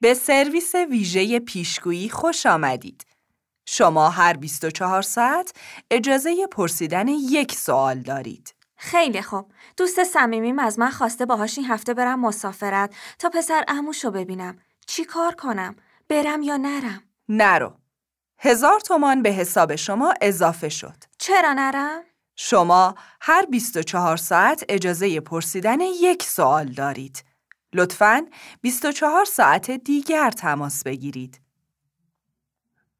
به سرویس ویژه پیشگویی خوش آمدید. شما هر 24 ساعت اجازه پرسیدن یک سوال دارید. خیلی خوب. دوست صمیمیم از من خواسته باهاش این هفته برم مسافرت تا پسر عموشو ببینم. چی کار کنم؟ برم یا نرم؟ نرو. هزار تومان به حساب شما اضافه شد. چرا نرم؟ شما هر 24 ساعت اجازه پرسیدن یک سوال دارید. لطفاً 24 ساعت دیگر تماس بگیرید.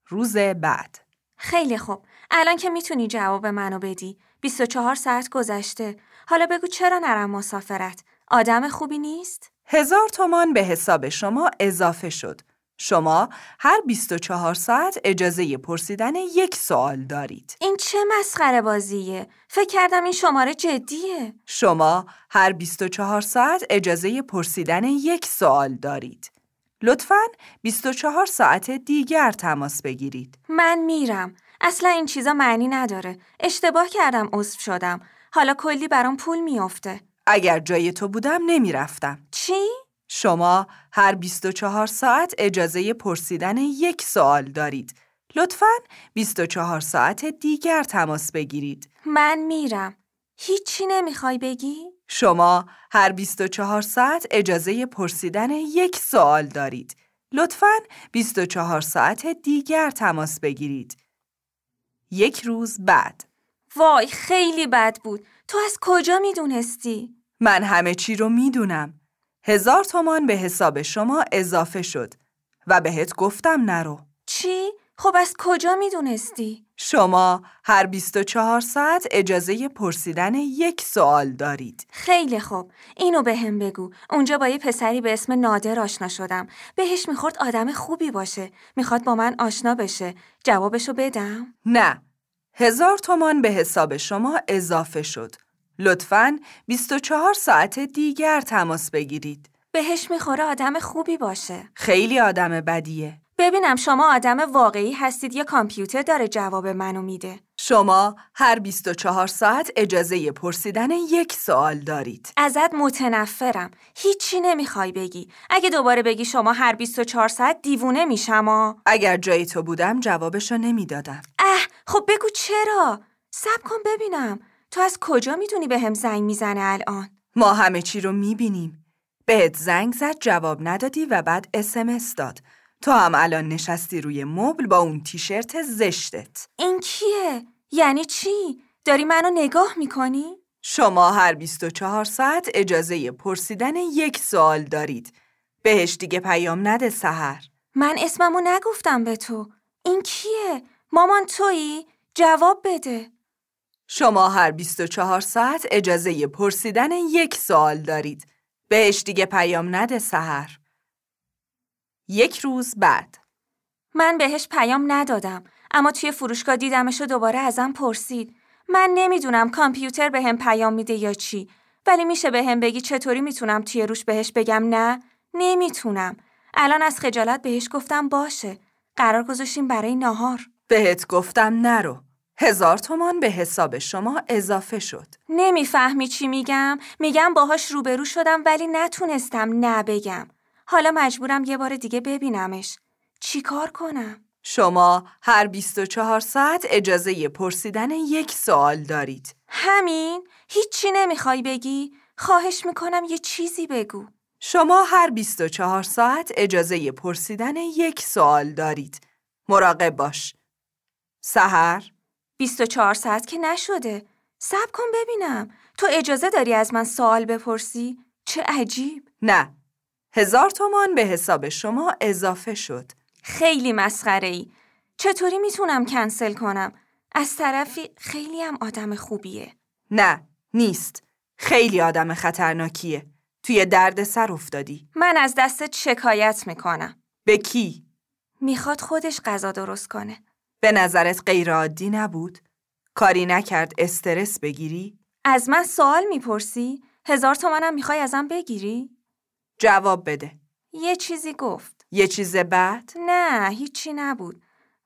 روز بعد خیلی خوب. الان که میتونی جواب منو بدی. 24 ساعت گذشته. حالا بگو چرا نرم مسافرت؟ آدم خوبی نیست؟ هزار تومان به حساب شما اضافه شد. شما هر 24 ساعت اجازه پرسیدن یک سوال دارید. این چه مسخره بازیه؟ فکر کردم این شماره جدیه. شما هر 24 ساعت اجازه پرسیدن یک سوال دارید. لطفاً 24 ساعت دیگر تماس بگیرید. من میرم. اصلا این چیزا معنی نداره. اشتباه کردم عضو شدم. حالا کلی برام پول میافته. اگر جای تو بودم نمیرفتم. چی؟ شما هر 24 ساعت اجازه پرسیدن یک سوال دارید. لطفاً 24 ساعت دیگر تماس بگیرید. من میرم. هیچی نمیخوای بگی؟ شما هر 24 ساعت اجازه پرسیدن یک سوال دارید. لطفاً 24 ساعت دیگر تماس بگیرید. یک روز بعد وای خیلی بد بود. تو از کجا میدونستی؟ من همه چی رو میدونم. هزار تومان به حساب شما اضافه شد و بهت گفتم نرو. چی؟ خب از کجا میدونستی؟ شما هر 24 ساعت اجازه پرسیدن یک سوال دارید. خیلی خوب. اینو به هم بگو. اونجا با یه پسری به اسم نادر آشنا شدم. بهش میخورد آدم خوبی باشه. میخواد با من آشنا بشه. جوابشو بدم؟ نه. هزار تومان به حساب شما اضافه شد. لطفاً 24 ساعت دیگر تماس بگیرید. بهش میخوره آدم خوبی باشه. خیلی آدم بدیه. ببینم شما آدم واقعی هستید یا کامپیوتر داره جواب منو میده. شما هر 24 ساعت اجازه پرسیدن یک سوال دارید. ازت متنفرم. هیچی نمیخوای بگی. اگه دوباره بگی شما هر 24 ساعت دیوونه میشم آ. اگر جای تو بودم جوابشو نمیدادم. اه خب بگو چرا؟ سب کن ببینم. تو از کجا میدونی به هم زنگ میزنه الان؟ ما همه چی رو میبینیم. بهت زنگ زد جواب ندادی و بعد اسمس داد. تو هم الان نشستی روی مبل با اون تیشرت زشتت. این کیه؟ یعنی چی؟ داری منو نگاه میکنی؟ شما هر 24 ساعت اجازه پرسیدن یک سوال دارید. بهش دیگه پیام نده سحر. من اسممو نگفتم به تو. این کیه؟ مامان تویی؟ جواب بده. شما هر 24 ساعت اجازه پرسیدن یک سوال دارید. بهش دیگه پیام نده سحر. یک روز بعد من بهش پیام ندادم اما توی فروشگاه دیدمش و دوباره ازم پرسید من نمیدونم کامپیوتر بهم پیام میده یا چی ولی میشه بهم بگی چطوری میتونم توی روش بهش بگم نه نمیتونم الان از خجالت بهش گفتم باشه قرار گذاشتیم برای ناهار بهت گفتم نرو. هزار تومان به حساب شما اضافه شد. نمیفهمی چی میگم میگم باهاش روبرو شدم ولی نتونستم نه بگم حالا مجبورم یه بار دیگه ببینمش چی کار کنم شما هر 24 ساعت اجازه پرسیدن یک سوال دارید. همین هیچی نمیخوای بگی خواهش میکنم یه چیزی بگو شما هر 24 ساعت اجازه پرسیدن یک سوال دارید. مراقب باش. سحر 24 ساعت که نشده صبر کن ببینم تو اجازه داری از من سوال بپرسی چه عجیب نه. هزار تومان به حساب شما اضافه شد. خیلی مسخره ای چطوری میتونم کنسل کنم از طرفی خیلی هم آدم خوبیه نه، نیست. خیلی آدم خطرناکیه. توی درد سر افتادی. من از دستت شکایت میکنم به کی؟ میخواد خودش غذا درست کنه به نظرت غیرعادی نبود؟ کاری نکرد استرس بگیری؟ از من سوال میپرسی هزار تومنم میخوای ازم بگیری جواب بده. یه چیزی گفت یه چیز بعد؟ نه هیچی نبود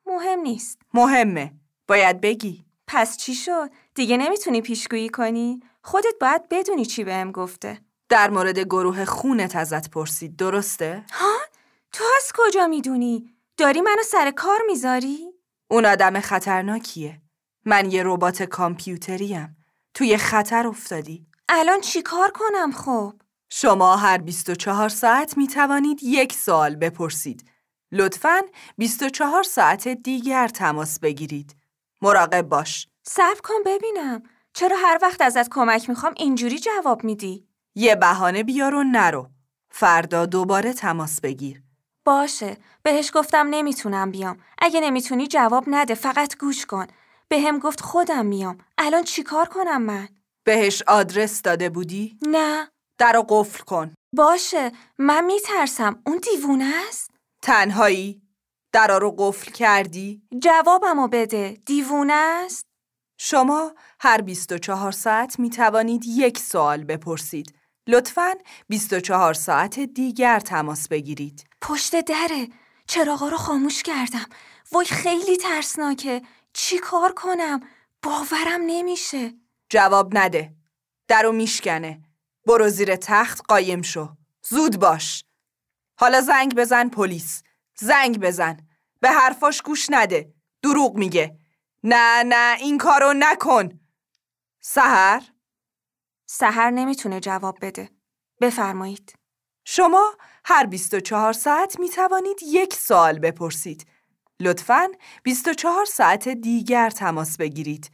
مهم نیست مهمه. باید بگی. پس چی شد؟ دیگه نمیتونی پیشگویی کنی؟ خودت باید بدونی چی بهم گفته. در مورد گروه خونت ازت پرسید درسته؟ ها؟ تو از کجا میدونی؟ داری منو سر کار میذاری؟ اون آدم خطرناکیه. من یه ربات کامپیوتریم. توی خطر افتادی. الان چی کار کنم خب؟ شما هر 24 ساعت می توانید یک سوال بپرسید. لطفاً 24 ساعت دیگر تماس بگیرید. مراقب باش. صبر کن ببینم چرا هر وقت ازت کمک میخوام اینجوری جواب میدی؟ یه بهانه بیار و نرو. فردا دوباره تماس بگیر. باشه بهش گفتم نمیتونم بیام اگه نمیتونی جواب نده فقط گوش کن به هم گفت خودم میام الان چیکار کنم من؟ بهش آدرس داده بودی؟ نه در رو قفل کن. باشه من میترسم اون دیوونه است؟ تنهایی؟ درا رو قفل کردی؟ جوابمو بده دیوونه است؟ شما هر 24 ساعت می توانید یک سوال بپرسید. لطفاً 24 ساعت دیگر تماس بگیرید. پشت دره چراغا رو خاموش کردم وای خیلی ترسناکه چی کار کنم؟ باورم نمیشه جواب نده. در رو میشکنه. برو زیر تخت قایم شو. زود باش. حالا زنگ بزن پلیس. زنگ بزن. به حرفاش گوش نده. دروغ میگه. نه نه این کارو نکن. سهر سهر نمیتونه جواب بده بفرمایید شما هر 24 ساعت می توانید یک سوال بپرسید. لطفاً 24 ساعت دیگر تماس بگیرید.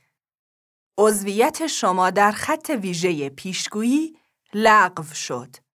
عضویت شما در خط ویژه پیشگویی لغو شد.